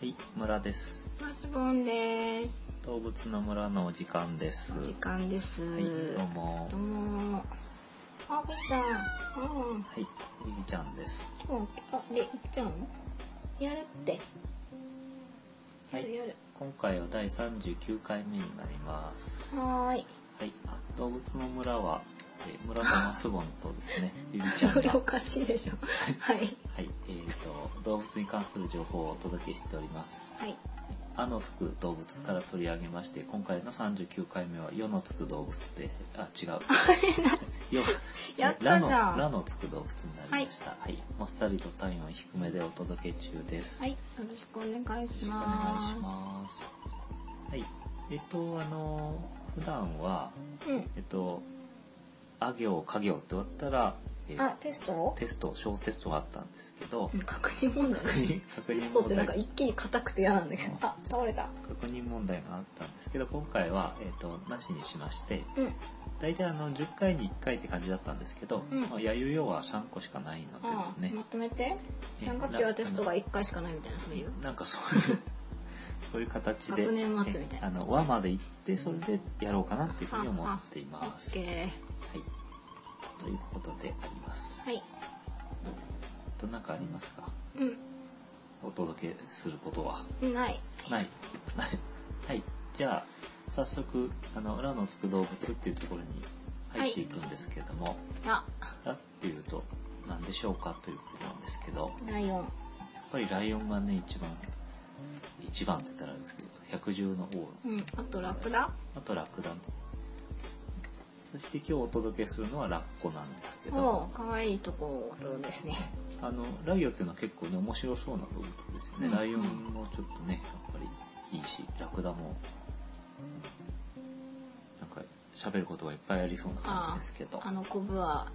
はい、村です。マスボンです。動物の村のお時間です。時間です。はい、どうもどう。も。あ、べちゃん。うはん。い、ゆきちゃんです。今日、あ、で、いっちゃん。やるって。はやいるやる。今回は第39回目になります。はーい。はい、あ動物の村は、えー村のマスボンとです ね、ゆきちゃんそれが、おはかしいで しょ。はい。い、えーと、動物に関する情報をお届けしております。はい。あのつく動物から取り上げまして、今回の39回目は、よのつく動物で、あ、 違う。よやったじゃラのラん。のつく動物になりました。はい。もっさりと体温低めでお届け中です。はい。よろしくお願いしよろしくおま願いす。します。はい。えっと、あの、普段は、うん。えっと、あ行、か行って終わったら、えあ、テスト。テスト、小テストがあったんですけどう、ん確認問題確。認、確テ認ストっ問てなん題か一気に硬くて嫌なんだけうどん。あ、倒れた。確認問題があったんですけど、今回は、えっと、なしにしまして、うん。大体あの、10回に1回って感じだったんですけど、うんまあやゆよは3個しかないのでであすね、まとめて。ね三角形はテストが一回しかないみたいな、そういう。なんかそういう そういう形で学年末みたいなえあの和まで行ってそれでやろうかなっていうふうに思ははっていオまッす。ケはい、ー。ということであります。はい。どんなかありますか？うお届けすることはん。ない。ない。ない。はい。じゃあ早速あの裏のつく動物っていうところに入っていくんですけども、あ、ラっていうと何でしょうかということなんですけど、ライオン。やっぱりライオンがね一番一番って言ったらあれですけど百獣の王。うん。あとラクダ。あとラクダねそして今日お届けするのはラッコなんですけおどう、可愛いところですね。あのライオンっていうのは結構ね面白そうな動物ですよね、うんライオンもちょっとねやっぱりいいしラクダもなんか喋ることがいっぱいありそうな感じですけどあのコブは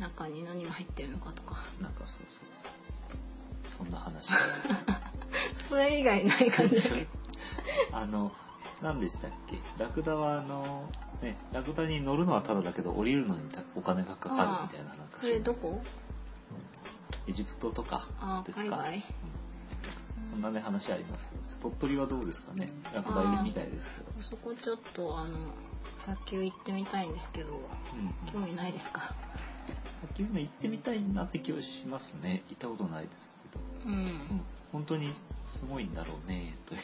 中に何が入ってるのかとか。なんかそうそうそんな 話ですそれ以外ない 感じですけど。あの何でしたっけラクダはあのねラクダに乗るのはただだけど降りるのにお金がかかるみたいななんかそそういれうどこエジプトとかあです海か外うんそんなね話ありますけど鳥取はどうですかねラクダいるみたいですけどそこちょっとあの、砂丘行ってみたいんですけど、うん興うん味ないですか先に行ってみたいなって気はしますね行ったことないですけど、うん。うん、本当にすごいんだろうねという、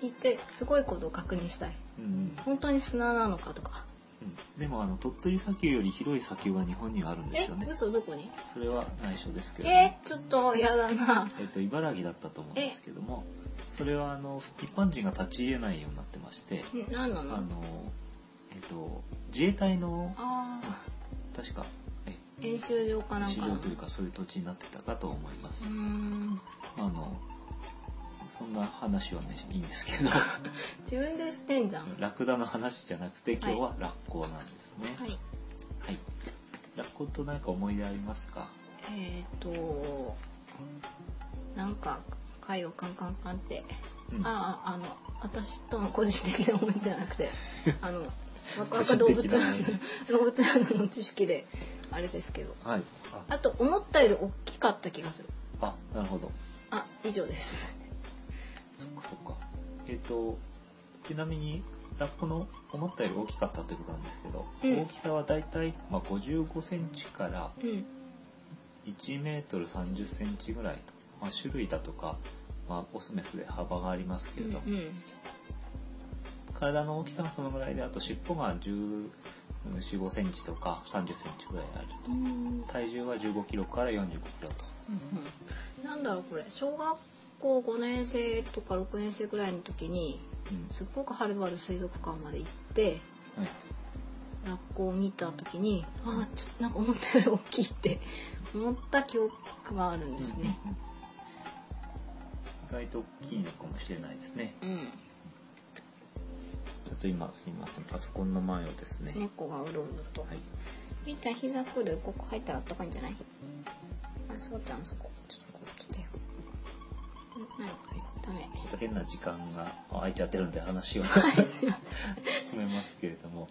行ってすごいことを確認したい。うんうん本当に砂なのかとか。うん、でもあの鳥取砂丘より広い砂丘は日本にはあるんでえすよね、嘘どこにそれは内緒ですけど、え、ちょっとやだな。えっと茨城だったと思うんですけどもそれはあの一般人が立ち入れないようになってまして、ん何なあののえっと自衛隊のああ。確かえ演習場かなん治か療というかそういう土地になってたかと思いますうー。んあのそんな話はねいいんですけ ど、自分でしてんじゃんはラクダの話じゃなくて今日はラッコなんですね。はい。いラッコと何か思い出ありますか？えっ、となんか貝をカンカンカンって、うん、あああの私との個人的な思いじゃ なくてあのワクワ個ク人動的物な ランド動物ランドの知識であれですけどはい。ああと思ったより大きかった気がするあなるほど。あ以上ですそっかそっか。えっ、とちなみにラッコの思ったより大きかったということなんですけど、うん大きさはだいたいまあ55センチからうん1メートル3 0センチぐらいと、まあ、種類だとか、まあ、オスメスで幅がありますけうれんど、体の大きさがそのぐらいであと尻尾が1 4 5センチとか3 0センチぐらいあるうんうん体重は1 5キロから4 5キロとなんだろうこれ小学校5年生とか6年生ぐらいの時にうんすっごくはるばる水族館まで行ってはいラッコを見た時にああちょっとなんか思ったより大きいって 思った記憶があるんですね。うんうん意外と大きいのかもしれないですねうん、ちょっと今すいませんパソコンの前をですね猫がうろうろと。はいみーちゃん膝くるここ入ったらあったかいんじゃない？あそうちゃんそこちょっとこう来てよ。んなんかダメ。ちょっと変な時間が空いちゃってるんで話をはいすいま進めますけれども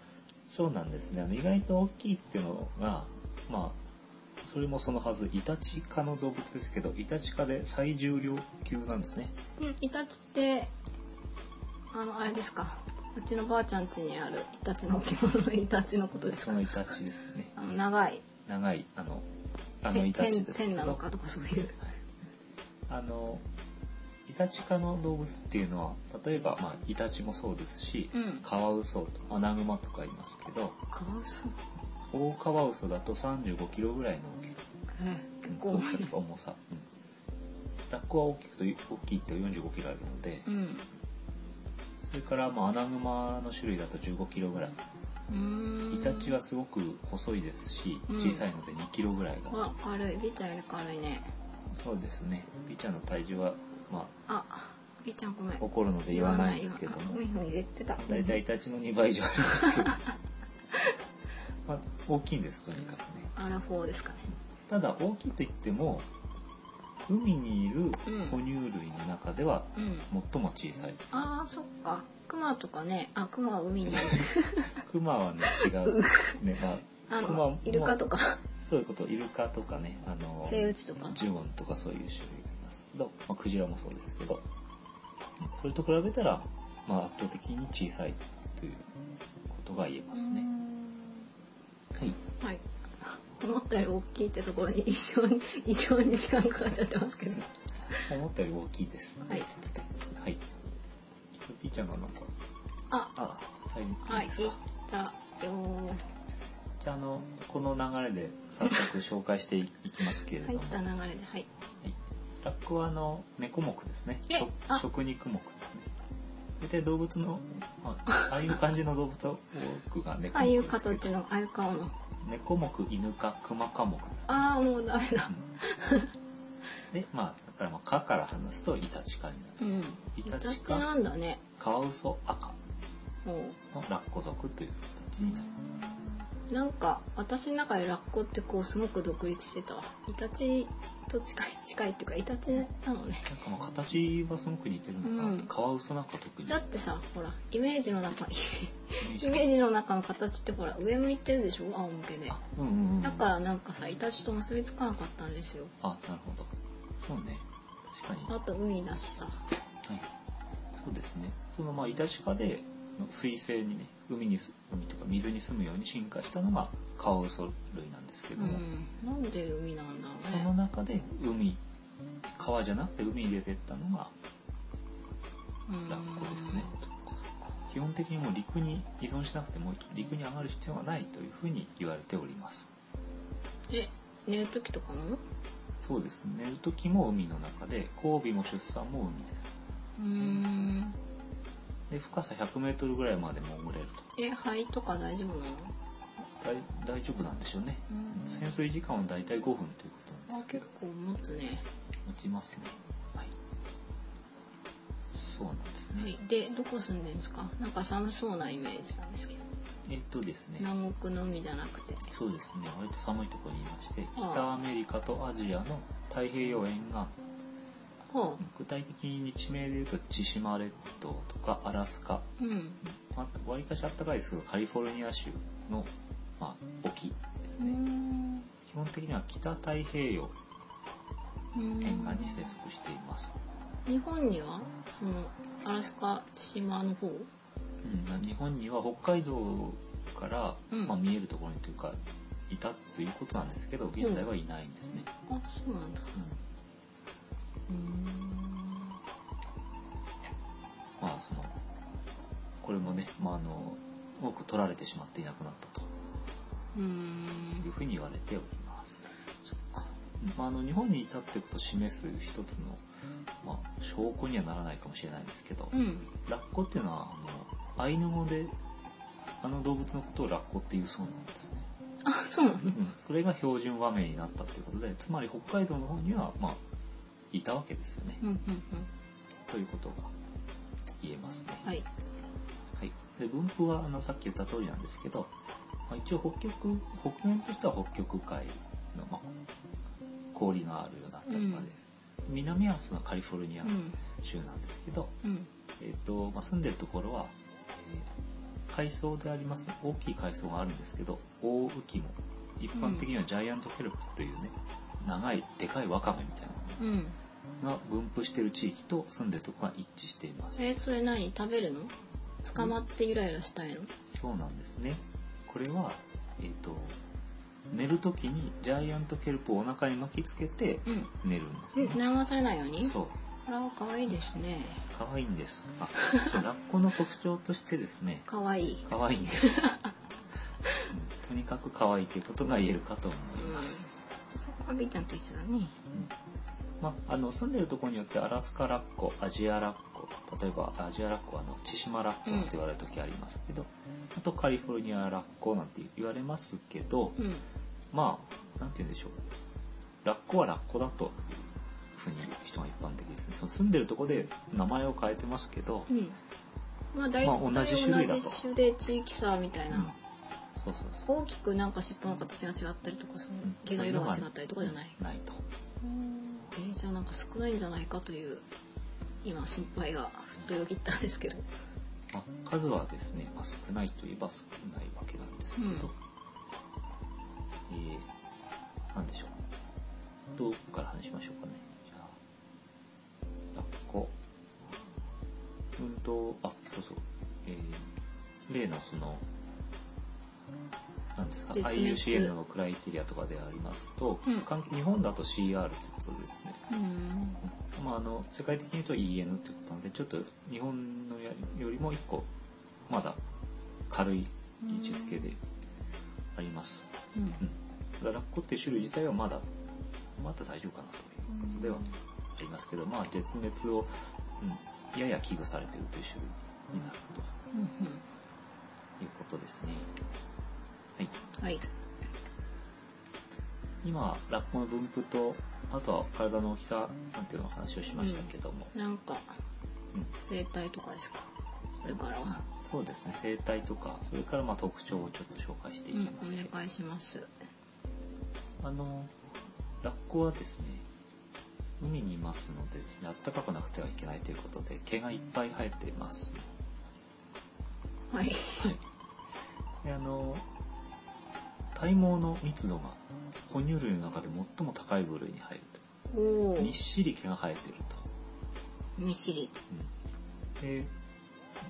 そうなんですね意外と大きいっていうのがまあそそれもそのはずイタチ科の動物ですけどイタチ科で最重量級なんですねうんイタチってあのあれですかうちのばあちゃん家にあるイタチの置物のイタチのことですそかのイタチですよねあの長い長いあのあの線イタチですけ線なのどかとかそういうあのイタチ科の動物っていうのは例えば、まあ、イタチもそうですし、うんカワウソとアナグマとかいますけどかわいそう大カワウソだと3 5キロぐらいの大きさえ結構大きさとか重さ、うんラッコは大きくと大きいと4 5キロあるので、うんそれから、まあ、アナグマの種類だと1 5キロぐらいうーんイタチはすごく細いですしうん小さいので2キロぐらいが、わ軽いビーちゃんより軽いねそうですねピーちゃんの体重は、まあビーちゃんごめあ、ん怒るので言わないですけどもふみふみ言ってた大体イタチの2倍以上あります けど、まあ、大きいんですとにかくねアラフォーですかねただ大きいといっても海にいるうん哺乳類の中ではうん最も小さいです、あーそっかクマとかねあクマ は海にいるクマはね違うねまああクマのイルカとかそういうことイルカとかねあのセイウチとかジュゴンとかそういう種類がいますけど、まあ、クジラもそうですけどそれと比べたら、まあ、圧倒的に小さいということが言えますね。はい、はい思ったより大きいってところに一生に異常に時間かかっちゃってますけど思ったより大きいです。はいはい。ピーちゃんがなんか、ああ、はい、はいいいでっすかたよーじゃあ、あの、この流れで早速紹介していきますけれど入もっ、た流れではいラッコはあの、猫目ですね。え食あ食肉目ですね。大体動物の、ま あ、ああいう感じの動物は多くが猫ああい目うですけど形、のああいう顔の猫目、犬科、熊科目です、ね。ああもうダメだで、まあ、だから、まあ、科から話すとイタチ科になる。うんイイタタチチかなんだねカワウソ赤ものラッコ属という形になります。うなんか私の中でラッコってこうすごく独立してたわイタチと近い近いっていうかイタチなのねなんかまあ形はすごく似てるのかなって、うんカワウソなんか特にだってさほらイメージ の中イイメージの中の形ってほら上向いてるでしょ仰向けであうんうんうんだからなんかさイタチと結びつかなかったんですよあなるほどそうね確かに、はあと海だしさい、そうですねそのまあイタチ科での水生にね海にす海とか水に住むように進化したのがカワウソ類なんですけうども、んなんで海なんだろそうのね中で海川じゃなくて海に出てったのがうんラッコですね基本的にもう陸に依存しなくても陸に上がる必要はないというふうに言われておりますえ寝る時とかもそうですね寝る時も海の中で交尾も出産も海ですうーんで深さ 100m ぐらいまで潜れるとえ肺とか大丈夫なの大大丈夫なんでしょうねうん潜水時間は大体5分ということなんであすけど結構持つね持ちますねはいそうなんですね、はい、でどこ住んでんですかなんか寒そうなイメージなんですけどえっとですね南国の海じゃなくてそうですね割と寒いところにいましてああ北アメリカとアジアの太平洋沿岸ほ具体的に地名で言うと千島列島とかアラスカううんわわりかしあったかいですけどカリフォルニア州の、まあ、沖ですうね、ん基本的には北太平洋う沿ん岸に生息しています、日本にはそのアラスカ千島の方うんまあ日本には北海道から、うんまあ、見えるところにというかいたということなんですけど現在はいないんですね、あそうなんだうんうんまあそのこれもね、まあ、あの多く取られてしまっていなくなったとういうんふうに言われております、そっかうんまあ、あの日本にいたってことを示す一つの、まあ、証拠にはならないかもしれないんですけど、うんラッコっていうのはあのアイヌ語であの動物のことをラッコっていうそうなんですね、あそうなのうん、それが標準和名になったということでつまり北海道の方にはまあいたわけですよね、うんうんということが言えますねうんはいはい、で分布はあのさっき言った通りなんですけど、まあ、一応北極北面としては北極海の、まあ、氷があるような立場で、南はそのカリフォルニアうん州なんですけど、うんえーとまあ、住んでるところは、えー海藻であります大きい海藻があるんですけど大浮きも一般的にはジャイアントケルプというね長いでかいワカメみたいうんなのが分布している地域と住んでるところが一致していますえそれ何食べるの捕まってゆらゆらしたいのそうなんですねこれはえっ、と寝る時にジャイアントケルプをお腹に巻きつけてうん寝るんですね、悩まされないようにそうあら可愛いですね可愛いんですあそうラッコの特徴としてですね可愛い可愛いんです、うんとにかく可愛いということが言えるかと思います、うんそこは B ちゃんと一緒だねまあ、あの住んでるところによってアラスカラッコアジアラッコ例えばアジアラッコはあの千島ラッコなんて言われる時ありますけど、あとカリフォルニアラッコなんて言われますけど、うんまあなんて言うんでしょうラッコはラッコだというふうに言う人が一般的ですねその住んでるところで名前を変えてますけど、うんまあ大体まあ同じ種類だ同とじ種で地域差みたういんな、そうそうそう大きくなんか尻尾の形が違ったりとかその毛の色が違ったりとかじゃない、ないとえーじゃあなんか少ないんじゃないかという今心配がふっとよぎったんですけどまあ、数はですね、まあ、少ないといえば少ないわけなんですけど、えー、なんでしょうどこから話しましょうかねじゃあラッコ運動あそうそうえー、例のそのなんですか絶滅 IUCN のクライテリアとかでありますと、うん関係日本だと CR ということですね、うんまあ、あの世界的に言うと EN ってことなのでちょっと日本のやよりも一個まだ軽い位置づけであります、うんうん、ただラッコっていう種類自体はまだまだ大丈夫かなということではありますけど、まあ、絶滅を、うん、やや危惧されているという種類になるとうんいうことですね、はい、うんはい今ラッコの分布とあとは体の大きさなんていうのを話をしましたけども、なんかうん生態とかですかこれからは、そうですね生態とかそれからまあ特徴をちょっと紹介していうん、きますけどお、願いしますあのラッコはですね海にいますのでですね暖かくなくてはいけないということで毛がいっぱい生えていますはいであの体毛の密度が哺乳類の中で最も高い部類に入るおおとみっーしり毛が生えていると、みしりうん、で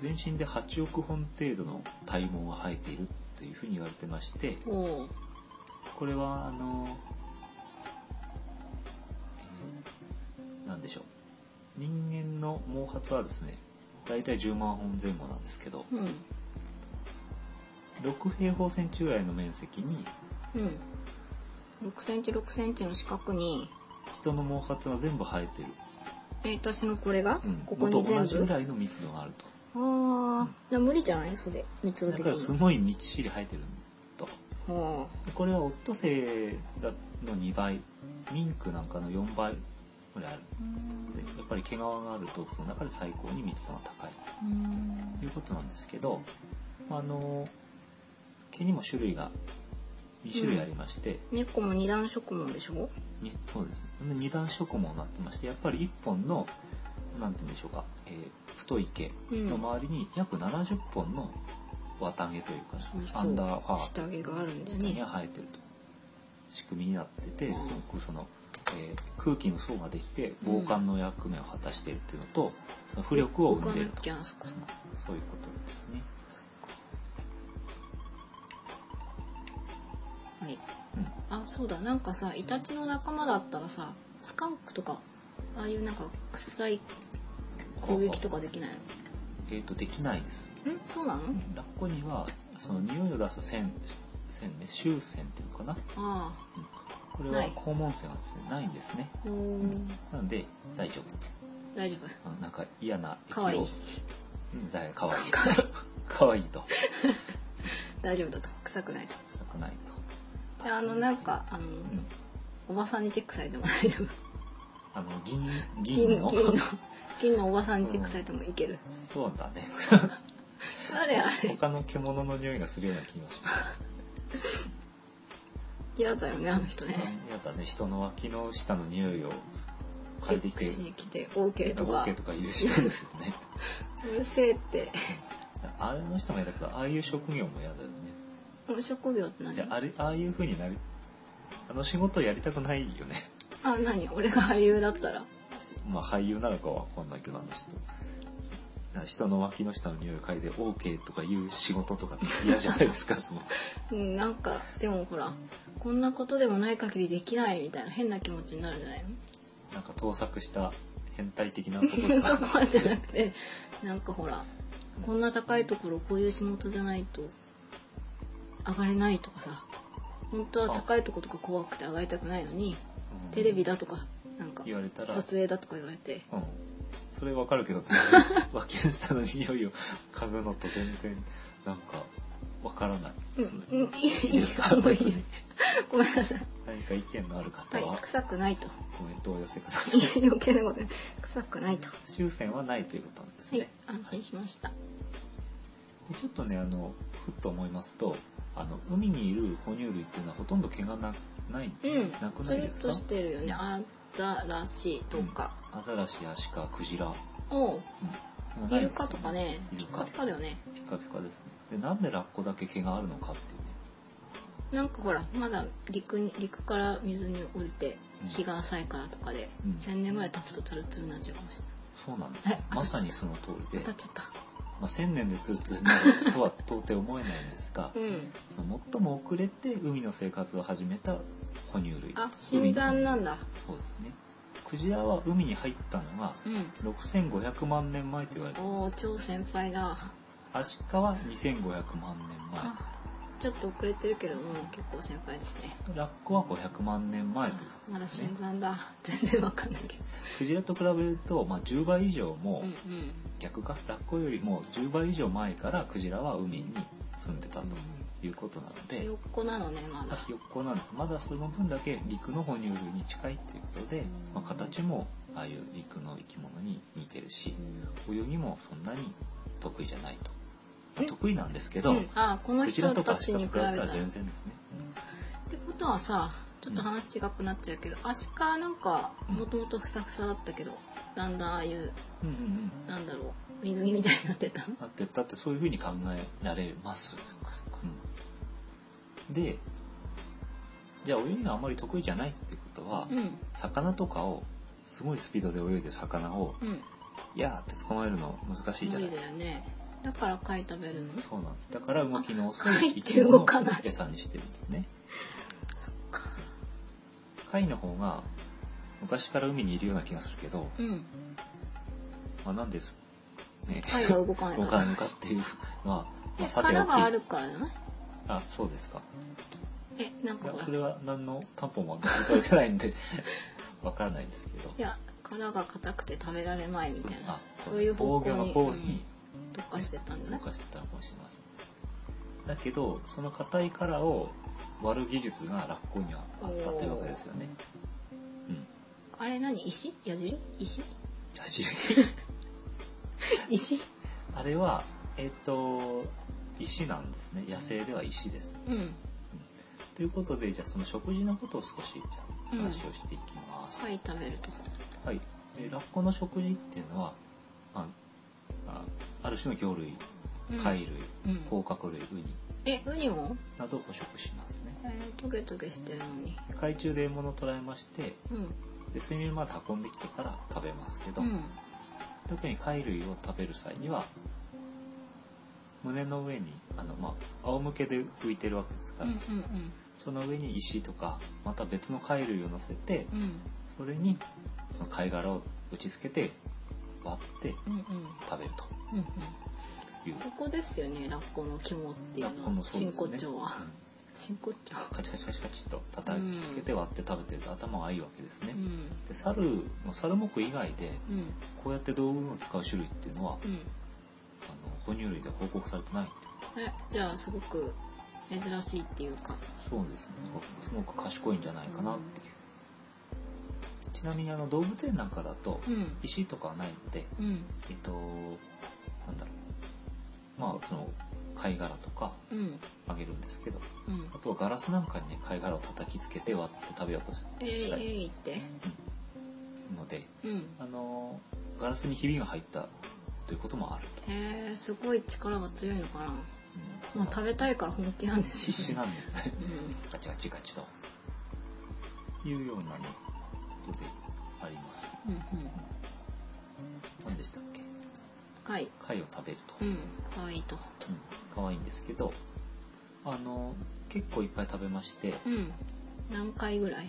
全身で8億本程度の体毛が生えているというふうに言われてまして、おおこれはあの、えーなんでしょう人間の毛髪はですね大体10万本前後なんですけどうん6平方センチぐらいの面積にうん6センチ6センチの四角に人の毛髪が全部生えてる、えー私のこれが、うん、ここのにと同全じぐ部あらいの密度があるとあじゃあ無理じゃないそれ密度だ的からすにごいみっちり生えてるとおでこれはオットセイだの2倍ミンクなんかの4倍ぐらいあるのでやっぱり毛皮がある動物の中で最高に密度が高いということなんですけど、あの毛にも種類が2種類ありまして、猫も二段色もでしょにそうですね二段色毛になってましてやっぱり1本のなんて言うんでしょうか、えー太い毛うんの周りに約70本の綿毛というか、そうそうアンダーファー下着があるんです下にねは生えてると仕組みになってて、うんすごくその、えー空気の層ができて防寒の役目を果たしているっていうのと、その浮力を動生んかでいなるときゃそこそこそういうことですね。はいうんあそうだなんかさイタチの仲間だったらさスカンクとかああいうなんか臭い攻撃とかできないえー、とできないですのんそうなのラッコにはその匂いを出す腺腺ね臭腺っていうのかな、あうんこれなはい肛門腺がですねないんですねあうんなので大丈夫と大丈あのなんか嫌な液をかわいいうんだいかわいい とかわいいと夫大丈夫だと臭くないと臭くないであのなんかあの、と、うん、おばさんにチェックされても大丈夫あの銀銀金のの金の金のおばさんにチェックされてもいける、そうだねあれあれ他の獣の匂いがするような気がします嫌だよねあの人ね嫌だね人の脇の下の匂いを嗅チいェでッきクてしに来て OK とか OK とか言う人ですよねうるせえって あれの人も嫌だけどああいう職業も嫌だよねこの職業って何じゃああれああいう風になるあの仕事やりたくないよねあ何俺が俳優だったらまあ俳優なのかわかんないけどあの人人の脇の下の匂い嗅いで OK とかいう仕事とか嫌じゃない ですかそのうんなんかでもほらこんなことでもない限りできないみたいな変な気持ちになる んじゃないのなんか盗作した変態的なことです かそこまでじゃなくてなんかほらこんな高いところこういう仕事じゃないと上がれないとかさ本当は高いとことか怖くて上がりたくないのにうんテレビだとかなんか言われたら撮影だとか言われてうん、それわかる けど脇の下の匂いを嗅ぐのと全然なんかわからない、うんそのうんいいいいですかいいよいいよごめんなさい何か意見のある方ははい臭くないとコメントをお寄せください余計なこと言う臭くないとは終戦はないということなんですね、い安心しましたでちょっとねあのふっと思いますとあの海にいる哺乳類っていうのはほとんど毛がなない、うんなくなついるでっすとかしてるよねアザラシとかアザラシアシカクジラ、おううんイルカとかねイルピカカピカだよねピカピカですねでなんでラッコだけ毛があるのかっていうねなんかほらまだ陸に陸から水に降りてうん日が浅いからとかで、うん1,000年ぐらい経つとツルツルになっちゃうかもしそうなんですよはいまさにその通りれなでい。当たっちゃっまあ、1000年でツルツルになるとは到底思えないんですがた。うん。その最も遅れて海の生活を始めた哺乳類あ、新参なんだ。そうですねクジラは海に入ったのがうん。 6500万年前と言われていおまお、す超先輩だ。アシカは2500万年前あ、ちょっと遅れてるけどもう結構先輩ですね。ラッコは500万年前というあことまだですね新参だ。全然わかんないけど。クジラと比べると、まあ、10倍以上も、うん逆かラッコよりも10倍以上前からクジラは海に住んでたとういうことなのん。で、ひよっこなのねままだあ。ひよっこなんですまだその分だけ陸の哺乳類に近いということで、まあ、形もああいう陸の生き物に似てるし泳ぎもそんなに得意じゃないと、まあえ得意なんですけうど、ん、あこのクジラ人とかたアシちカとに比比べべたたららっ全然ですねてことはさちょっと話違くなっちゃうけど、アシカなんかうんもともとふさふさだったけどだんだんああいううんうんうんなんだろう水着みたいになってたのだってだってそういうふうに考えられます、うんでじゃあ泳ぎがあんまり得意じゃないってことは、うん魚とかをすごいスピードで泳いでる魚をうんいやーって捕まえるの難しいじゃ無ないで理だすよかねだから貝食べるのそうなんです。だから動きの遅貝いって生き物動かない餌にしてるんですね。そっか貝の方が昔から海にいるような気がするけど、うん まあ、なんです、ね、貝が動かない動かないのかっていうの は、まあ、えさてお殻きがあるからじゃないあそうですかえなんいかやほらそれは何の担保も私いただいてない んでわからないんですけどいや殻が硬くて食べられまいみたいなそういう方防向御のに方にうん特化してたんじゃな動いかしてたのかもしれませんだけどその硬い殻を割る技術がラッコにはあったというわけですよねうんあれ何石矢 尻石矢尻石 あれは、えっ、と、石なんですね。野生では石です。うんということで、じゃあその食事のことを少し、じゃあうん話をしていきます。貝食べるとこはい。で、ラッコの食事っていうのは、まあ、あある種の魚類、うん貝類、うん甲殻類、ウニえウニもなどを捕食しますね。えートゲトゲしてるのに海中で獲物を捕らえまして、うんで水面まで運んできてから食べますけど、うん特に貝類を食べる際には胸の上にあの、まあ、仰向けで浮いてるわけですかうら、んうんその上に石とかまた別の貝類を乗せてうんうんそれにその貝殻を打ち付けて割ってうんうん食べるうんうん、というここですよねラッコの肝っていうラッコのはのそう真ですね骨頂はう真骨頂んカチカチカチカチっと叩きつけて割って食べてると頭がいいわけですねう、んで猿の猿目以外でうんこうやって道具を使う種類っていうのはうんあの哺乳類では報告されてないえじゃあすごく珍しいっていうかそうですねすごく賢いんじゃないかなっていう、ちなみにあの動物園なんかだとうん石とかはないのでうんえっとなんだろうまあその貝殻とかうんあげるんですけどうんあとはガラスなんかにね貝殻を叩きつけて割って食べようとすえいえいってるのでうんあのガラスにひびが入ったということもあるえー、すごい力が強いのかなと、うんまあ、食べたいから本気なんです必死よ、ね。なんですねうんガチガチガチというようなねことでありますうんうん、何でしたっけ高い。貝を食べると、うん、可愛いと。うん可愛いんですけどあの結構いっぱい食べまして、うん。何回ぐらい？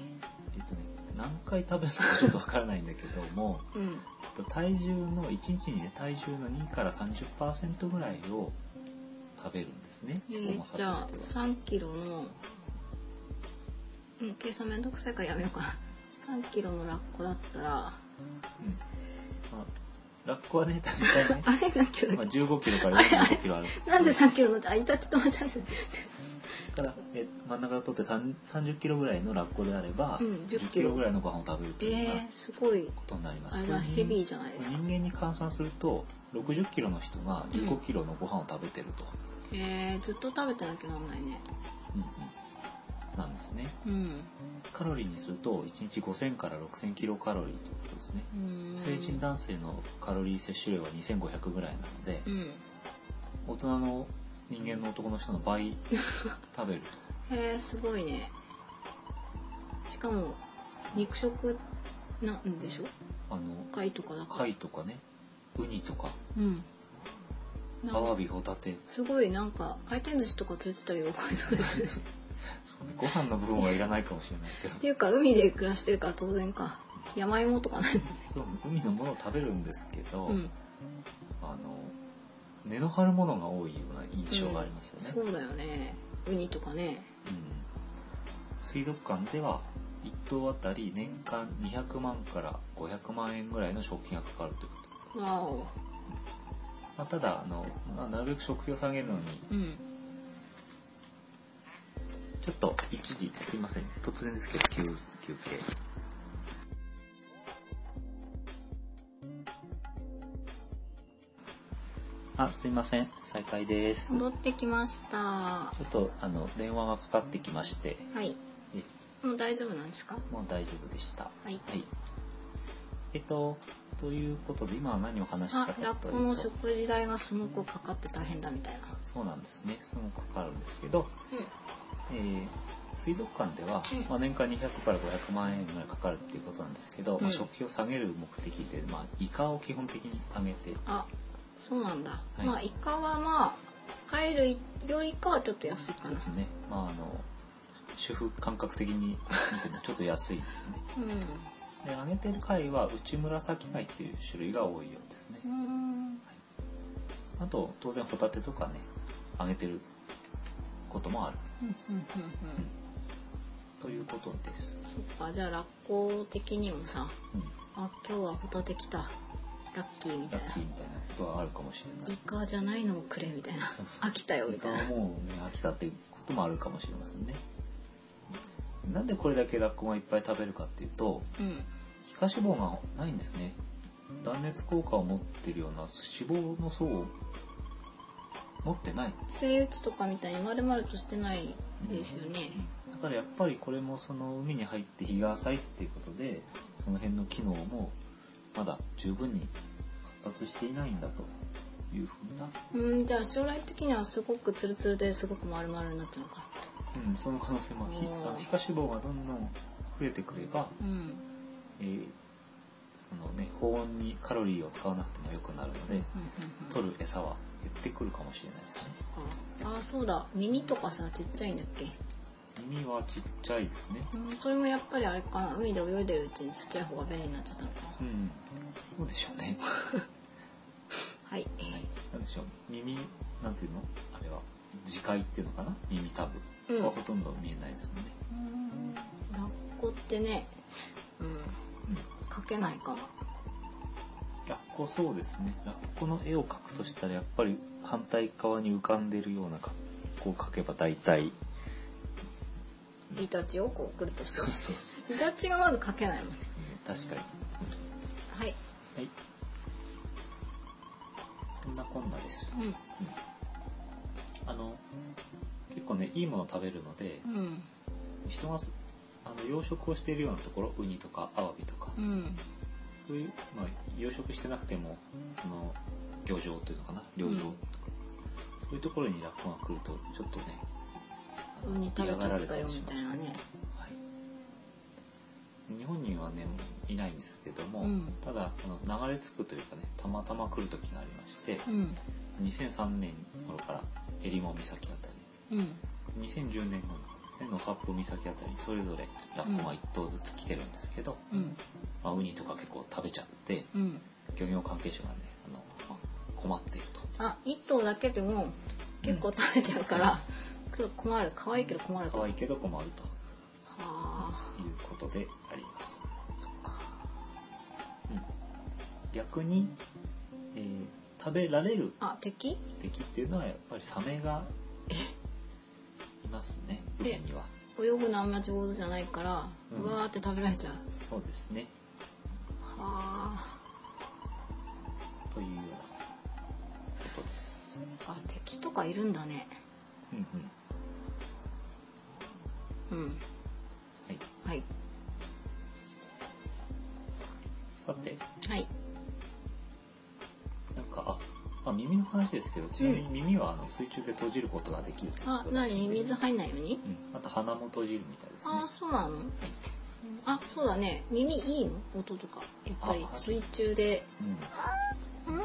えっとね、何回食べたかちょっとわからないんだけど もうん。えっと体重の1日にね体重の2から30%ぐらいを食べるんですねえー重さじゃあとしては3キロの、うん、計算めんどくさいからやめようかな。3キロのラッコだったら、うんまあ、ラッコはね大体ね あれだけまどあ、15キロから45キロある なんで3キロのって、あ、いたちとまちゃんです。からえ真ん中を取って3 30キロぐらいのラッコであれば、うん10 10キロぐらいのご飯を食べるとえいうような ー、すごい。ことになりまあす、れはヘビーじゃないですか。人間に換算すると60キロの人が15キロのご飯を食べてると、えー、ずっと食べてなきゃなんないね。うんうんなんですねうん。カロリーにすると1日5000から6000キロカロリーということですねうん成人男性のカロリー摂取量は2500ぐらいなのでうん。大人の人間の男の人の 倍食べるへえすごいねしかも肉食なんでしょとあの貝とかだから貝とかねウニとかうんなんアかワビホタテ すごいなんか回転寿司とか連れてたら喜びそうです ねご飯の部分はいらないかもしれないけどっていうか海で暮らしてるから当然か山芋とかないもんそう海のものを食べるんですけど、うんあの根の張るものが多いような印象がありますよね、そうだよねウニとかねうん水族館では1頭あたり年間200万から500万円ぐらいの賞金がかかるということ、わおまあ、ただあの、まあなるべく食費を下げるのにうんちょっと一時すいません突然ですけど休休憩あすいません再開ですち戻ってきましたはょっとあの電話がかかってきましていえもう大丈夫なんですかもう大丈夫でしたはいはい。えっと、ということで、今は何を話したあかというラとッコの食事代がすごくかかって大変だみたいなそうなんですね。そのかかるんですけど、うんえー水族館では、うんまあ、年間200から500万円ぐらいかかるっていうことなんですけど、うんまあ、食費を下げる目的で、まあ、イカを基本的に上げて、あそうなんだ、はいまあイカはまあ貝類よりかはちょっと安いかなね、まあ、あの、主婦感覚的に見てもちょっと安いですね。うんうで、上げてる貝は、内紫貝っていう種類が多いようですね。ーんあと、当然ホタテとかね、上げてることもある。うんうんうんうんということです。そっかじゃあラッコ的にもさうん、あ今日はホタテ来たラッキーみたラいなッキーみたいなことはあるかもしれなイい。カじゃないのをくれみたいなそうそうそう飽きたよみたいなイカはもうね、飽きたっていうこともあるかもしれませんね。なんでこれだけラッコがいっぱい食べるかっていうと、うん皮下脂肪がないんですね。断熱効果を持ってるような脂肪の層を持ってない。セイウチとかみたいに丸々としてないですよねだからやっぱりこれもその海に入って日が浅いっていうことで、その辺の機能もまだ十分に発達していないんだというふうなうんじゃあ将来的にはすごくツルツルですごく丸々になっちゃうのかうん、その可能性もひおーあの皮下脂肪がどんどん増えてくれば、なうんえーそのね保温にカロリーを使わなくても良くなるのでうんうんうん取る餌は減ってくるかもしれないですねああそうだ耳とかさちっちゃいんだっけ、耳はちっちゃいですねうん、それもやっぱりあれかな海で泳いでるうちにちっちゃい方が便利になっちゃったのかなうんそうでしょうねはい、なんでしょう耳なんていうのあれは耳介っていうのかな耳タブうんはほとんど見えないですもんね、ラッコってね、うん、うんかけないかもラッコそうですねラッコの絵を描くとしたらやっぱり反対側に浮かんでるような格好を描けば大体イタチをこうくるっとしてそうそうイタチがまずかけないもんね確かに。はい、はい。こんなこんなです。うあの、結構ね、いいものを食べるので、んうん人がすあの養殖をしているようなところ、ウニとかアワビとか、うんそういう、まあ、養殖してなくても、その、漁場というのかな、漁場とか、そういうところにラッコが来るとちょっとねここに食べちゃっ嫌たよがられたりみしまたすいなねはい、日本にはねいないんですけども、うんただあの流れ着くというかねたまたま来る時がありましてうん2003年頃からえりも岬あたうんり2010年頃ですね野八方岬あたりにそれぞれラッコが1頭ずつ来てるんですけど、うんまあ、ウニとか結構食べちゃってうん漁業関係者がねあの、まあ困っているとあ一頭だけでも結構食べちゃうから、困る可愛いけど困ると可愛いけど困るとはあいうことであります。うん逆に、えー食べられるあ敵敵っていうのはやっぱりサメがいますねえ海には泳ぐのあんま上手じゃないから、ううんわーって食べられちゃうはそうですねあというようなことですそっか敵とかいるんだねうんうんうんはいはいさてはいなんかああ耳の話ですけどちなみに耳はあの水中で閉じることができるというこあとらしい何んで水入んないようにうん、あと鼻も閉じるみたいですねあそうなのはいあそうだね耳いいの音とかやっぱりあ水中でうん、ん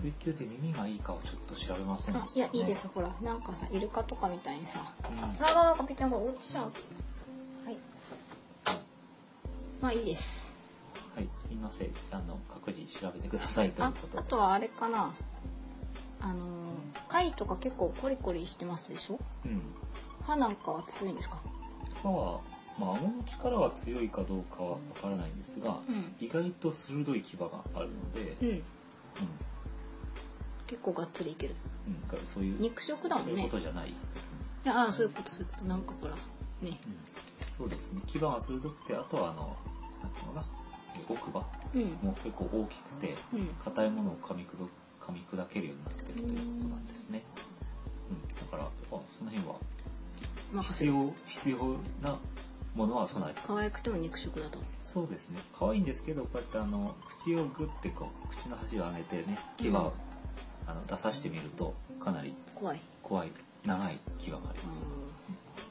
水中で耳がいいかをちょっと調べませんであしたいやねいいですほらなんかさイルカとかみたいにさうんあーかぺちゃんが落ちちゃうはいまあいいですはい、すみません。あの各自調べてくださいというあことで。あとはあれかなあのー貝とか結構コリコリしてますでしょうん。歯なんかは強いんですか歯はまあ顎の力は強いかどうかはわからないんですが、うん意外と鋭い牙があるので、うん、うん結構がっつりいけるうん、がそういう、肉食だもそうんいうこねとじゃないですね。いやあーそういうことそういうことなんかほらねうん、そうですね。牙が鋭くて、あとはあのなんていうのかな、え奥歯うんも結構大きくて、うん硬いものを噛み砕噛み砕けるようになってるということなんですね。うん、だから、まあ、その辺はまあ必要必要なものは備えて可愛くても肉食だとそうですね可愛いんですけどこうやってあの口をグッてこう口の端を上げてね牙を、あの出さしてみるとかなり怖い怖い長い牙がありうます、ん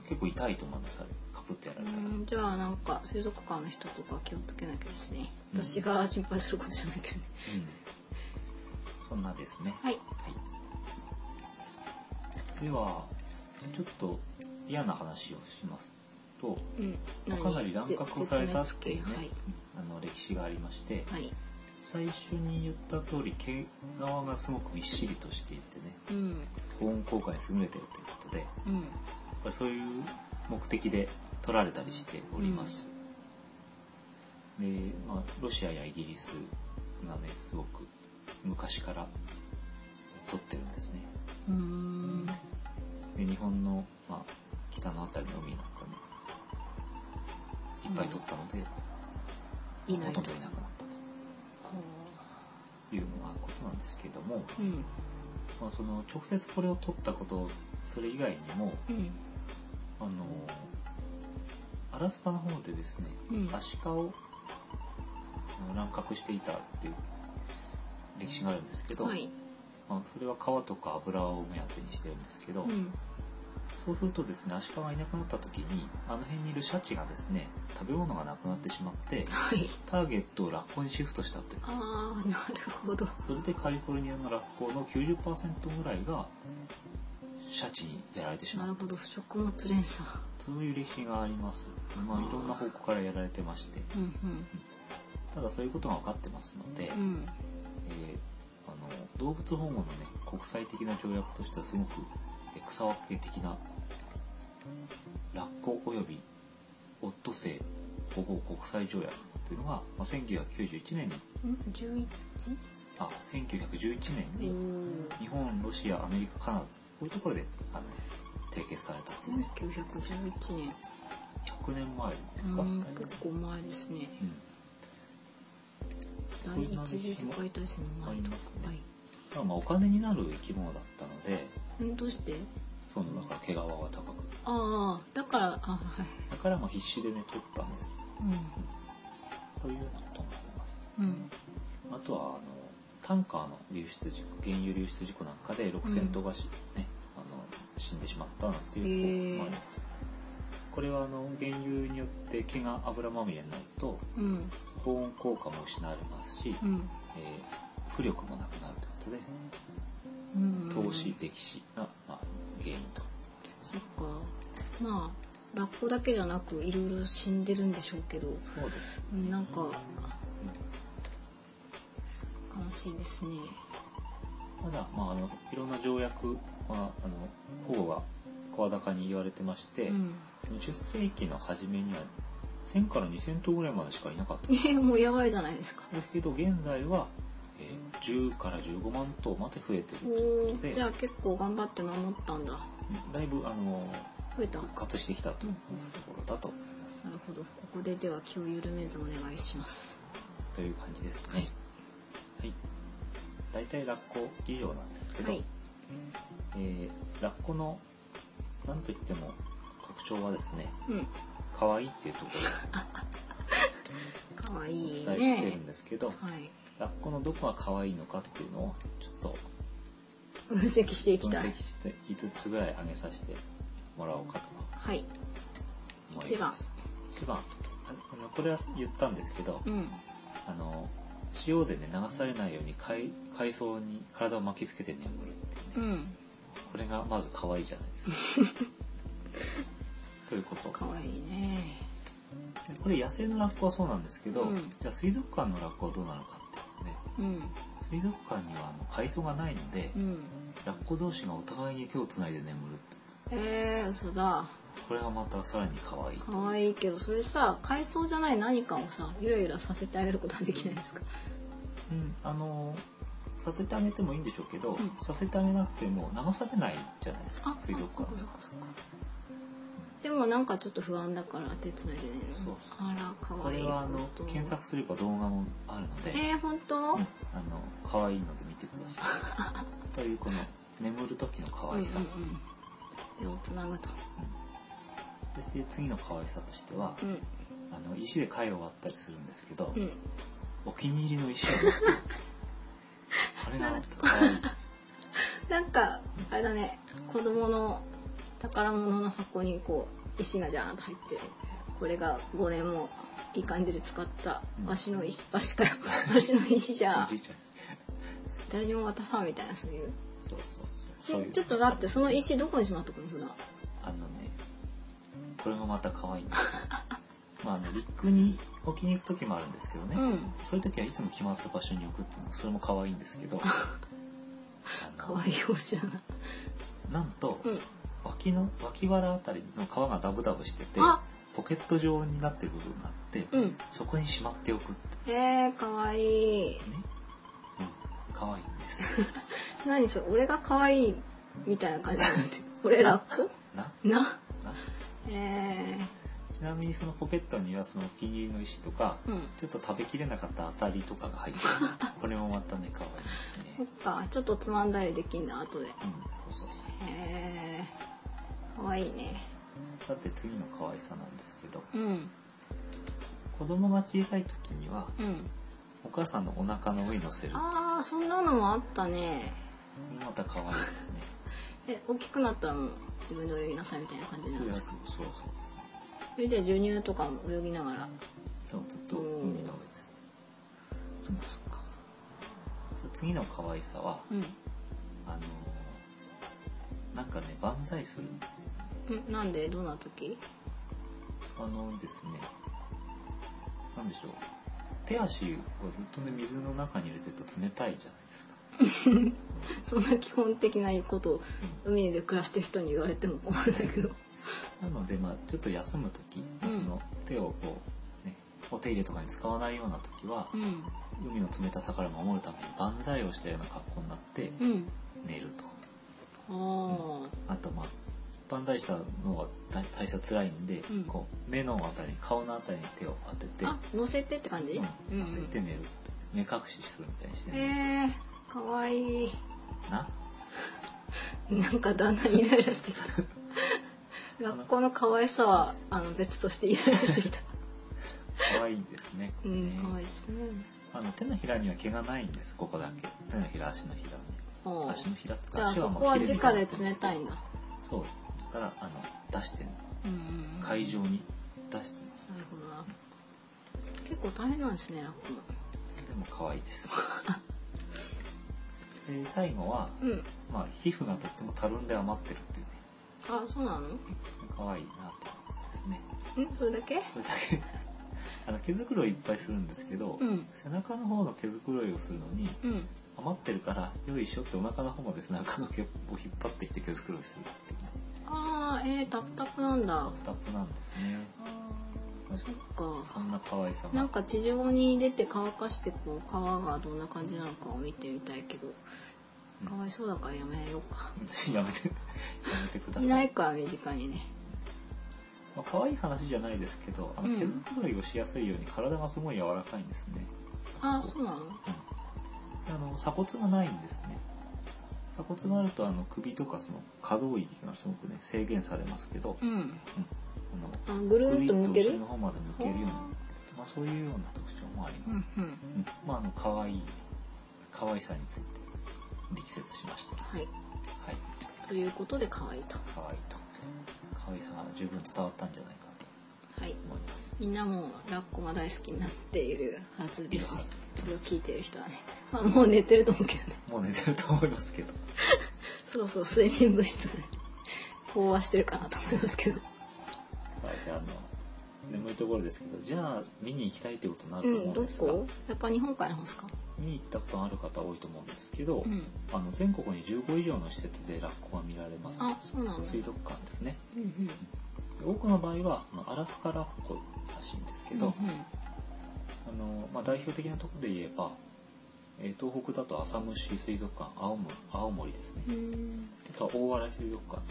結構痛いと思いますあれカプってやられたら、うんじゃあなんか水族館の人とか気をつけなきゃですねうん私が心配することじゃないけどねうんそんなですね、はいはい、ではちょっと嫌な話をしますとうんかなり乱獲をされたっていう絶ね、滅系あの歴史がありまして、はい、はい、最初に言った通り毛皮がすごくびっしりとしていてねうん保温効果に優れているということでやっうんぱりそういう目的で取られたりしております、で、まあ、ロシアやイギリスがねすごく昔から取ってるんですねうーんで日本の、まあ、北の辺りの海なんかねいっぱい取ったので、いなほいとんどいなくなったというのがことなんですけども、うんまあ、その直接これを取ったことそれ以外にもうんあのアラスカの方でですねうんアシカをあの乱獲していたっていう歴史があるんですけど、はいまあ、それは皮とか油を目当てにしてるんですけど、うんそうするとですねアシカがいなくなった時にあの辺にいるシャチがですね食べ物がなくなってしまってはいターゲットをラッコにシフトしたというああなるほどそれでカリフォルニアのラッコの90%ぐらいがシャチにやられてしまなったるほど食物連鎖そういう歴史があります。まあ、いろんな方向からやられてまして、うんただそういうことが分かってますので、うんうんえーあの動物保護のね国際的な条約としてはすごくえー草分け的なラッコおよびオットセイ保護国際条約というのが、まあ、1991年にん11あ1911お年にー日本ロシアアメリカカナダこういうところであの締結されたんですね。 1911年100年前ですか。うん結構前ですねうんそ第んな一歴次史世も界大戦のあ前りとますねはいまあまあお金になる生き物だったのでうんどうしてそのだから毛皮が高くああだからあはいだからまあ必死でね取ったんですうというようなこともありますんうんあとはあのタンカーの流出事故原油流出事故なんかで6千頭がし、ね、あの死んでしまったなんていうところもあります、これはあの原油によって毛が油まみれになるとうん保温効果も失われますし、うんえー浮力もなくなるといううんことで投資溺死が、まあ、原因とそっかまあラッコだけじゃなくいろいろ死んでるんでしょうけどそうです、うんなんかうん悲しいですねただ、まあ、あのいろんな条約はあの保護が声高に言われてまして、うん20世紀の初めには1000から2000頭ぐらいまでしかいなかったんでえもうやばいじゃないですかすけど現在は、えー10から15万頭まで増えてるというおことでーじゃあ結構頑張って守ったんだだいぶあの増えたな復活してきたというところだと思います、るほどここででは気を緩めずお願いしますという感じですねはいはい大体ラッコ以上なんですけど、はいえーラッコのなんといっても特徴はですねうん可愛いっていうところかわお いい伝えしてるねんですけど、はいラッコのどこが可愛いのかっていうのをちょっと分析していき分たい析して5つぐらい上げさせてもらおうかとはい思います。一番あのこれは言ったんですけど、うんあの潮でね流されないように海海藻に体を巻きつけて眠るっていううね、んこれがまず可愛いじゃないですか。 ということ。かわいいねこれ野生のラッコはそうなんですけど、うんじゃあ水族館のラッコはどうなのかっていうとねうん水族館にはあの海藻がないので。うんラッコ同士がお互いに手をつないで眠るってえー、嘘だこれがまたさらに可愛いと可愛いけどそれさ海藻じゃない何かをさゆらゆらさせてあげることはできないですかうんあのーさせてあげてもいいんでしょうけど、うんさせてあげなくても流されないじゃないですか水族館あそっかそっかそっかでもなんかちょっと不安だから手つないでねそうあら可こ愛いれはあのこと検索すれば動画もあるので、えー、本当、うん、あの可愛いので見てくださ いというこの眠る時の可愛さ、うんうんうん、手をつなぐとそして次の可愛さとしては、うんあの石で貝を割ったりするんですけど、うんお気に入りの石を持ってるこれがまた可愛いなんかあれだね子供の宝物の箱にこう石がじゃーんと入ってるこれが5年もいい感じで使ったうんわしの石わしかよわしの石じおゃじいちゃん誰にも渡さんみたいなそういうそうそうそうえそういうちょっと待ってその石どこにしまっとくの普段あのねこれもまた可愛いんですよまああの陸に置きに行く時もあるんですけどね、うんそういう時はいつも決まった場所に置くっていうのはそれも可愛いんですけどあかのわいい星だななんと、うん脇の脇腹あたりの皮がダブダブしててあポケット状になってる部分があって、うんそこにしまっておくってへえかわいいね、うん、可愛いんです 何それ俺がかわいいみたいな感じになってる俺ラッコなななへえちなみにそのポケットにはそのお気に入りの石とかうんちょっと食べきれなかったアサリとかが入ってるこれもまたね可愛いですそっねかちょっとつまんだりできんだ後でへうんそうそうそうえかわいいねだって次の可愛さなんですけどうん子供が小さい時にはうんお母さんのお腹の上に乗せるこあーそんなのもあったねれまた可愛いですねえ大きくなったらもう自分で泳ぎなさいみたいな感じなそんうですそうそうそうですねそれじゃあ授乳とかも泳ぎながらそうずっと海の上ですねそうですかそう次の可愛さはうんあのーなんかね万歳するんですよんなんでどんな時 あのですね、なんでしょう。手足をずっとね、水の中に入れてると冷たいじゃないですか。そんな基本的なことを海で暮らしてる人に言われても 困るんだけどなので、まあちょっと休むとき、まあうんその手をこう、ね、お手入れとかに使わないようなときはう、ん海の冷たさから守るために万歳をしたような格好になってうん寝ると。ああと、まあ万歳したのは大体差辛いんで、うんこう、目のあたり、顔のあたりに手を当てて、ーあ乗せてって感じうん乗せて寝る。目隠しするみたいにしてへね。えー、かわいいななんかだんだんイライラしてき たラッコの可愛さは あの別としてイライラしてきた可愛いですね。 うんね可愛いですねあの手のひらには毛がないんですここだけ手のひら足のひらはねああ足のひらとじかゃあ足そはこもうはひれ直みたいになでってるん冷ですけどたいんだそうだからあの出してんのうんうんうん会場に出してますなるほどな結構大変なんですねラッコもでも可愛いです で最後は、うんまあ、皮膚がとってもたるんで余ってるっていうねあそうなの可愛いなと思うんですねんそれだけそれだけ あの毛づくろいいっぱいするんですけど、うん背中の方の毛づくろいをするのにうん余ってるからよいしょってお腹の方まで背中の毛を引っ張ってきて毛づくろいするっていうねああえー、タプタプなんだあタップなんですねーそっそかんな可愛さがなんか地上に出て乾かしてこう皮がどんな感じなのかを見てみたいけどうんかわいそうだからやめようか やめてやめてくだいなさいいか身近にねまあ、可愛い話じゃないですけどあのうん毛づくろいをしやすいように体がすごい柔らかいんですね、あーそうなのあの鎖骨がないんですね鎖骨があるとあの首とかその可動域がすごくね制限されますけど、うんあのあぐるぐーりっっとと抜け後るろの方まで抜けるようになっててまあ、そういうような特徴もありうまんす、うんうんまあ、あの可愛い可愛さについて力説しましたははいいということで可愛いと可愛いと可愛さが十分伝わったんじゃないかとはい思いますみんなもうラッコが大好きになっているはずいるですねはずこれを聞いてる人はねまあもう寝てると思うけどね もう寝てると思いますけどそろそろ睡眠物質がね 飽和してるかなと思いますけどさあじゃああの眠いところですけどじゃあ見に行きたいってことになうると思んうんどですが、こやっぱ日本海の方ですか見に行ったことある方多いと思うんですけど、うんあの全国に15以上の施設でラッコが見られますあそうなんだ水族館ですねうんうんで多くの場合はあのアラスカラッコらしいんですけど、あのまあ、代表的なところで言えば、えー東北だと浅虫水族館青森青森ですね、うんうんうんあとは大洗水族館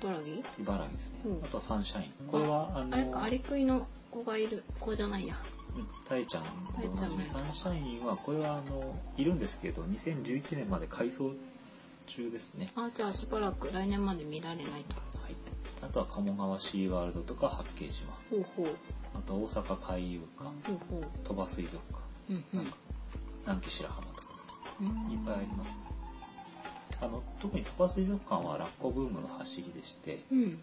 ドラギ茨城ですね、うんあとはサンシャインこれはあのあれかアリクイの子がいる子じゃないやうんタイちゃんタイとちゃん同のじやつサンシャインはこれはあのいるんですけど2011年まで改装中ですね、あじゃあしばらく来年まで見られないとはい、あとは鴨川シーワールドとか八景島ほうほうあと大阪海遊館ほうほう鳥羽水族館うんうん南紀白浜とかですねうんいっぱいありますねあの特に鳥羽水族館はラッコブームの走りでしてうん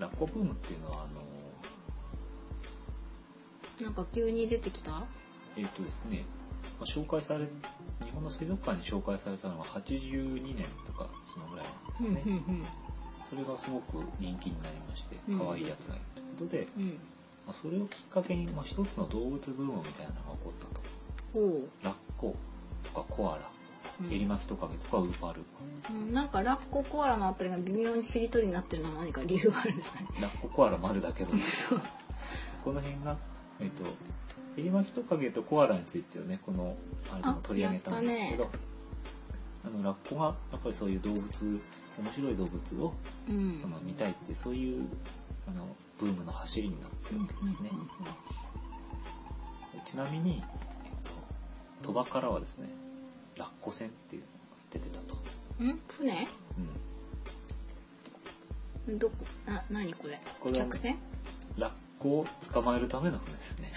ラッコブームっていうのはあのなんか急に出てきたえっ、とですねまあ紹介され日本の水族館に紹介されたのが82年とかそのぐらいなんですね、んそれがすごく人気になりましてうん可愛いやつがいるということで、まうんあ、それをきっかけに、まあ、一つの動物ブームみたいなのが起こったとほラッコとかコアラう、うんエリマキトカゲとかウーパールーパうんなんかラッココアラのあたりが微妙にしりとりになってるのは何か理由があるんですか ね。ラッココアラまでだけどそう。この辺が、えっとエリマキトカゲとコアラについてはねこのあれでもあ取り上げたんですけど、やっあのラッコがやっぱりそういう動物面白い動物を、あうのん。見たいっていうそういうあのブームの走りになってるわけですね、ちなみに、えっと、鳥羽からはですねラッコ船っていうのが出てたと、うん。うん船？うん、どこ？な何これ？これは客船？ラッコを捕まえるための船ですね。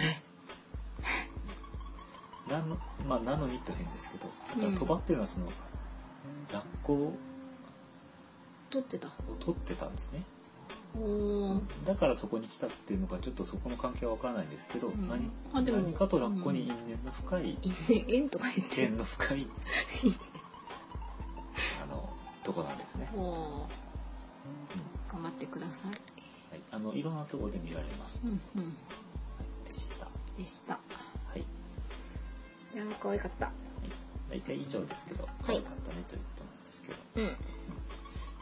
なの、まあ、なのにって変ですけど、だからうん鳥羽っていうのはその、ラッコを取ってた。取ってたんですね。おお。だからそこに来たっていうのか、ちょっとそこの関係はわからないんですけど、うん何あでも何かとラッコに因縁の深い、 え縁とか言って縁る。の深い、 あの、とこなんですね。おお。うん頑張ってください。はい、あのいろんなところで見られます。うんうん。でした。はでした。い。いやー可愛かった。大体以上ですけど、可愛かったねということなんですけど。うん。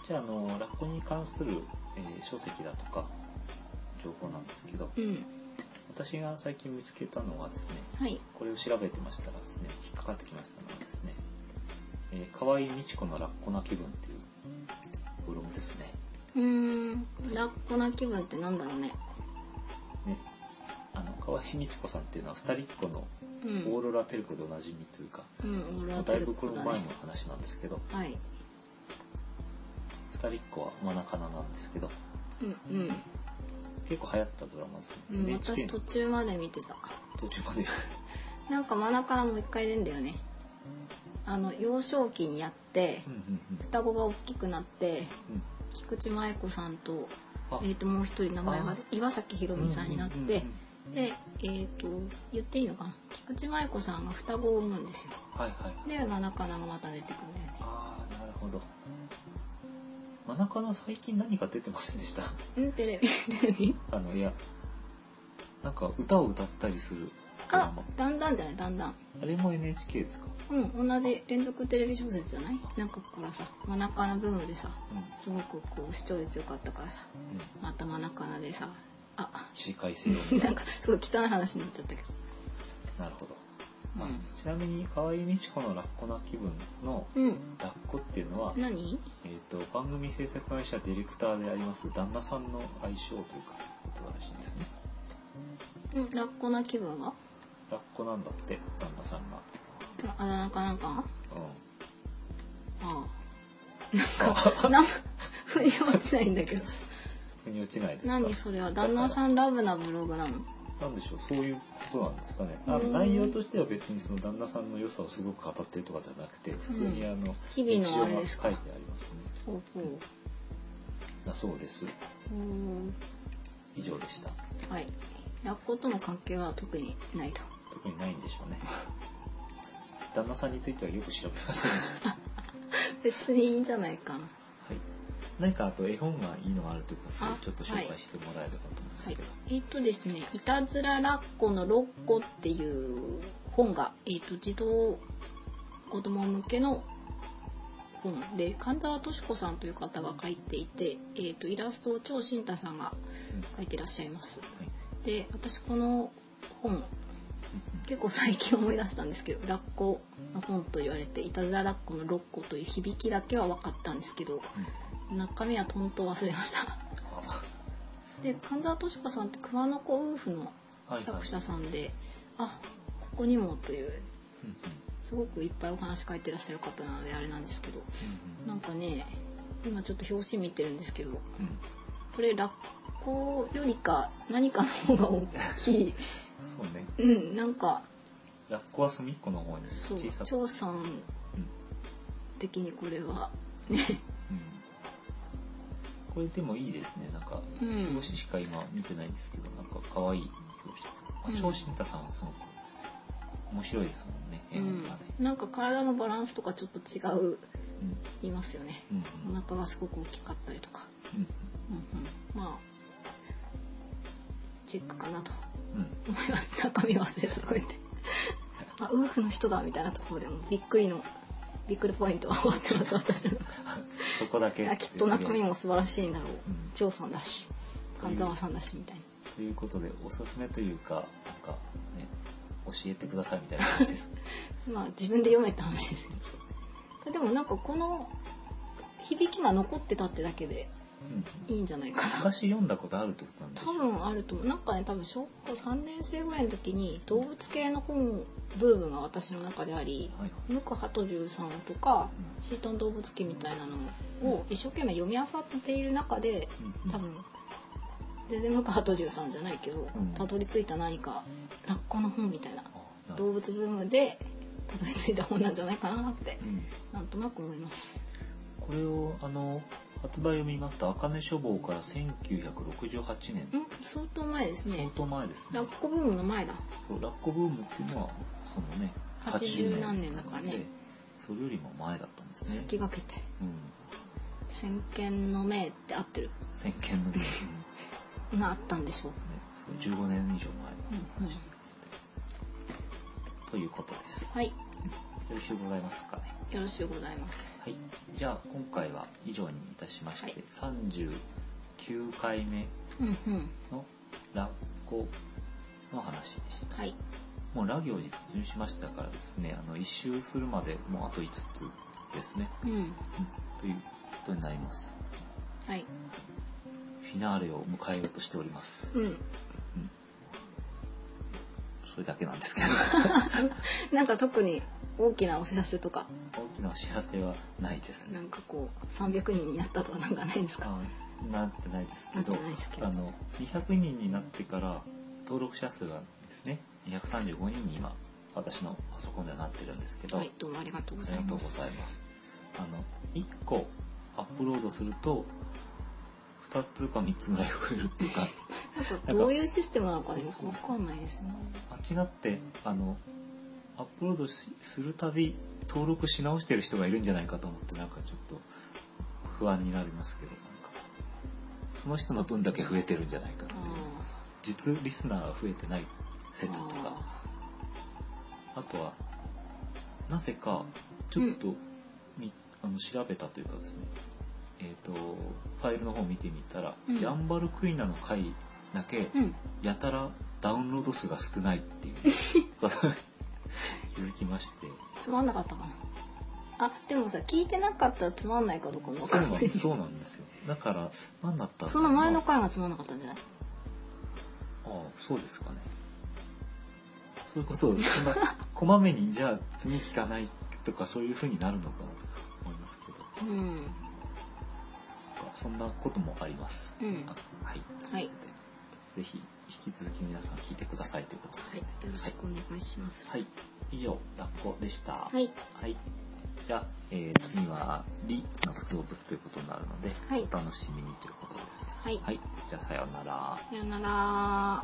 じゃあ、あの、ラッコに関する、えー書籍だとか、情報なんですけど、うん。私が最近見つけたのはですね、はい。これを調べてましたらですね、引っかかってきましたのはですね、えー、河合美智子のラッコな気分っていうブログですね。うーん。ラッコな気分ってなんだろうね。ね。あの、河合美智子さんっていうのは二人っ子のうオーロん。ラテルコでおなじみというか、うん。オーロもラうだテいルぶこコれだもね前の。話なんですけど、はい。二人っ子はマナカナなんですけど、うんうん。結構流行ったドラマですね。うん、 NHK 私の 途中まで見てた途中までなんか真中からもう一回出んだよねあの幼少期にやってうんうん双子が大きくなってうんうん菊池舞子さんと,、あえー、ともう一人名前があ岩崎宏美さんになって、うんうんうんうんで、えー、と言っていいのかな菊池舞子さんが双子を産むんですよはいはいで真中からがまた出てくるんだよねああなるほど真中の最近何か出てませんでした うんテレビテレビあのいやなんか歌を歌ったりするドラあマだんだんじゃないだんだんあれも NHK ですか、うん同じ連続テレビ小説じゃないなんかからさ真中のブームでさうんうん、すごくこう視聴率良かったからさまた真中でさあ 市会制を見たなんかすごい汚い話になっちゃったけどなるほど、うあんちなみに河合美智子のラッコな気分のうんラッコっていうのは、何えー、と番組制作会社ディレクターであります旦那さんの愛称というかことらしいですねうんラッコな気分はラッコなんだって旦那さんがあなんかなんかうああなんかなん腑に落ちないんだけどん腑に落ちないですか何それは旦那さんラブなブログなのなんでしょうそういうことなんですかねあうん内容としては別にその旦那さんの良さをすごく語ってるとかじゃなくて普通にあの、日々のあれです書かいてありますねほうほうだそうですうーん以上でしたはいラッコとの関係は特にないと特にないんでしょうね旦那さんについてはよく調べませんでしたは別にいいんじゃないかない何かあと絵本がいいのがあるということあでちょっと紹介してもらえればと思うんですはいけど、、えっ、とですね「いたずらラッコのロッコ」っていう本が、えっと児童子供向けの本で神沢敏子さんという方が書いていて、えっとイラストを張慎太さんがうん書いてらっしゃいます。はいで私この本結構最近思い出したんですけど「ラッコ」の本と言われて「いたずらラッコのロッコ」という響きだけは分かったんですけどうんうん中身はとんと忘れました。 で神沢敏子さんって熊野子夫婦のあはいはい作者さんで、あここにもといううんうんすごくいっぱいお話書いてらっしゃる方なのであれなんですけどうんなんかね今ちょっと表紙見てるんですけどうんうんこれラッコよりか何かの方が大きいそうねうんなんかラッコは隅っこの方にそ小うさく、張さんうん的にこれはねこれでもいいですねなんかうん表紙しか今見てないんですけどなんか可愛い表紙うんあ長新太さんはすごく面白いですもんね絵う本んがね、なんか体のバランスとかちょっと違ううんうんいますよねうんお腹がすごく大きかったりとかうんうんうん、まあチェックかなとうん思います 中身忘れたとか言ってあウルフの人だみたいなところでもびっくりのびっくりポイントは終わってます 私のそこだけあきっと中身うんも素晴らしいんだろう張さんだし神沢さんだしみたいということでおすすめというかなんかね教えてくださいみたいな感じですねなまあ自分で読めた話ですけどでもなんかこの響きが残ってたってだけでうんいいんじゃないかな昔読んだことあるってことなんでしょ多う分あると思うなんかね多分小学校3年生ぐらいの時に動物系の本ブームが私の中でありはいはい「ムクハトジュウさん」とかう「シートン動物記」みたいなのを一生懸命読み漁っている中でうん多分全然ムクハトジュウさんじゃないけどうんたどり着いた何かラッコの本みたいなあなるほ動ど物ブームでたどり着いた本なんじゃないかなってうんなんとなく思います。これをあの発売を見ますと茜書房から1968年うん相当前です相ね当前ですねラッコブームの前だそうラッコブームっていうのはそのね80何年だからねなのでそれよりも前だったんですね先駆けて。うん先見の明って合ってる先見の明ねがあったんでしょう、すごい15年以上前うんのうん話ということですよはいろしゅうございますかねよろしゅうございますはいじゃあ今回は以上にいたしまして、はい39回目うんうんのラッコの話でしたはいもうラ行に突入しましたからですね、あの一周するまでもうあと5つですね、うんうんということになります。はいフィナーレを迎えようとしております。うんそれだけなんですけ なんか特に大きなお知らせとかど、大きなお知らせはないですなね。んかこう300人になったとかなんかないんですかあなってないですけなどってないですけ、どあの200人になってから登録者数がですね、235人に今私のパソコンではなってるんですけど、はい、どうもありがとうごあざりいがとうごまざいす。ます。あの、1個アップロードすると、2つか3つぐらい増えるっていうか、なんかどういうシステムなのかね、よそうくでわすかんないですね。間違って、あの、アップロードしするたび、登録し直してる人がいるんじゃないかと思って、なんかちょっと不安になりますけど、なんか、その人の分だけ増えてるんじゃないかってあいうー。実リスナーが増えてない説とか。ああとはなぜかちょっとみ、あの調べたというかですねえっ、とファイルの方を見てみたら、うんヤンバルクイナの回だけーうん、やたらダウンロード数が少ないっていう ことに気づきましてつまんなかったかな。あ、でもさ、聞いてなかったらつまんないかどうかもわそかうんななんい。そうなんですよだから何だったんだろうなその前の回がつまんなかったんじゃないああそうですかねそういう ことをそんなこまめにじゃあ次聞かないとかそういうふうになるのかなと思いますけどうん。そんなこともあります。うんあはい。はいとうことで。ぜひ、引き続き皆さん聞いてくださいということはでい、よろしくお願いします。はい。以上、ラッコでした。は。はいい。じゃあ、えー次は、リの動物ということになるので、はいお楽しみにということです。はい。はい。じゃあ、さようなら。さよなら。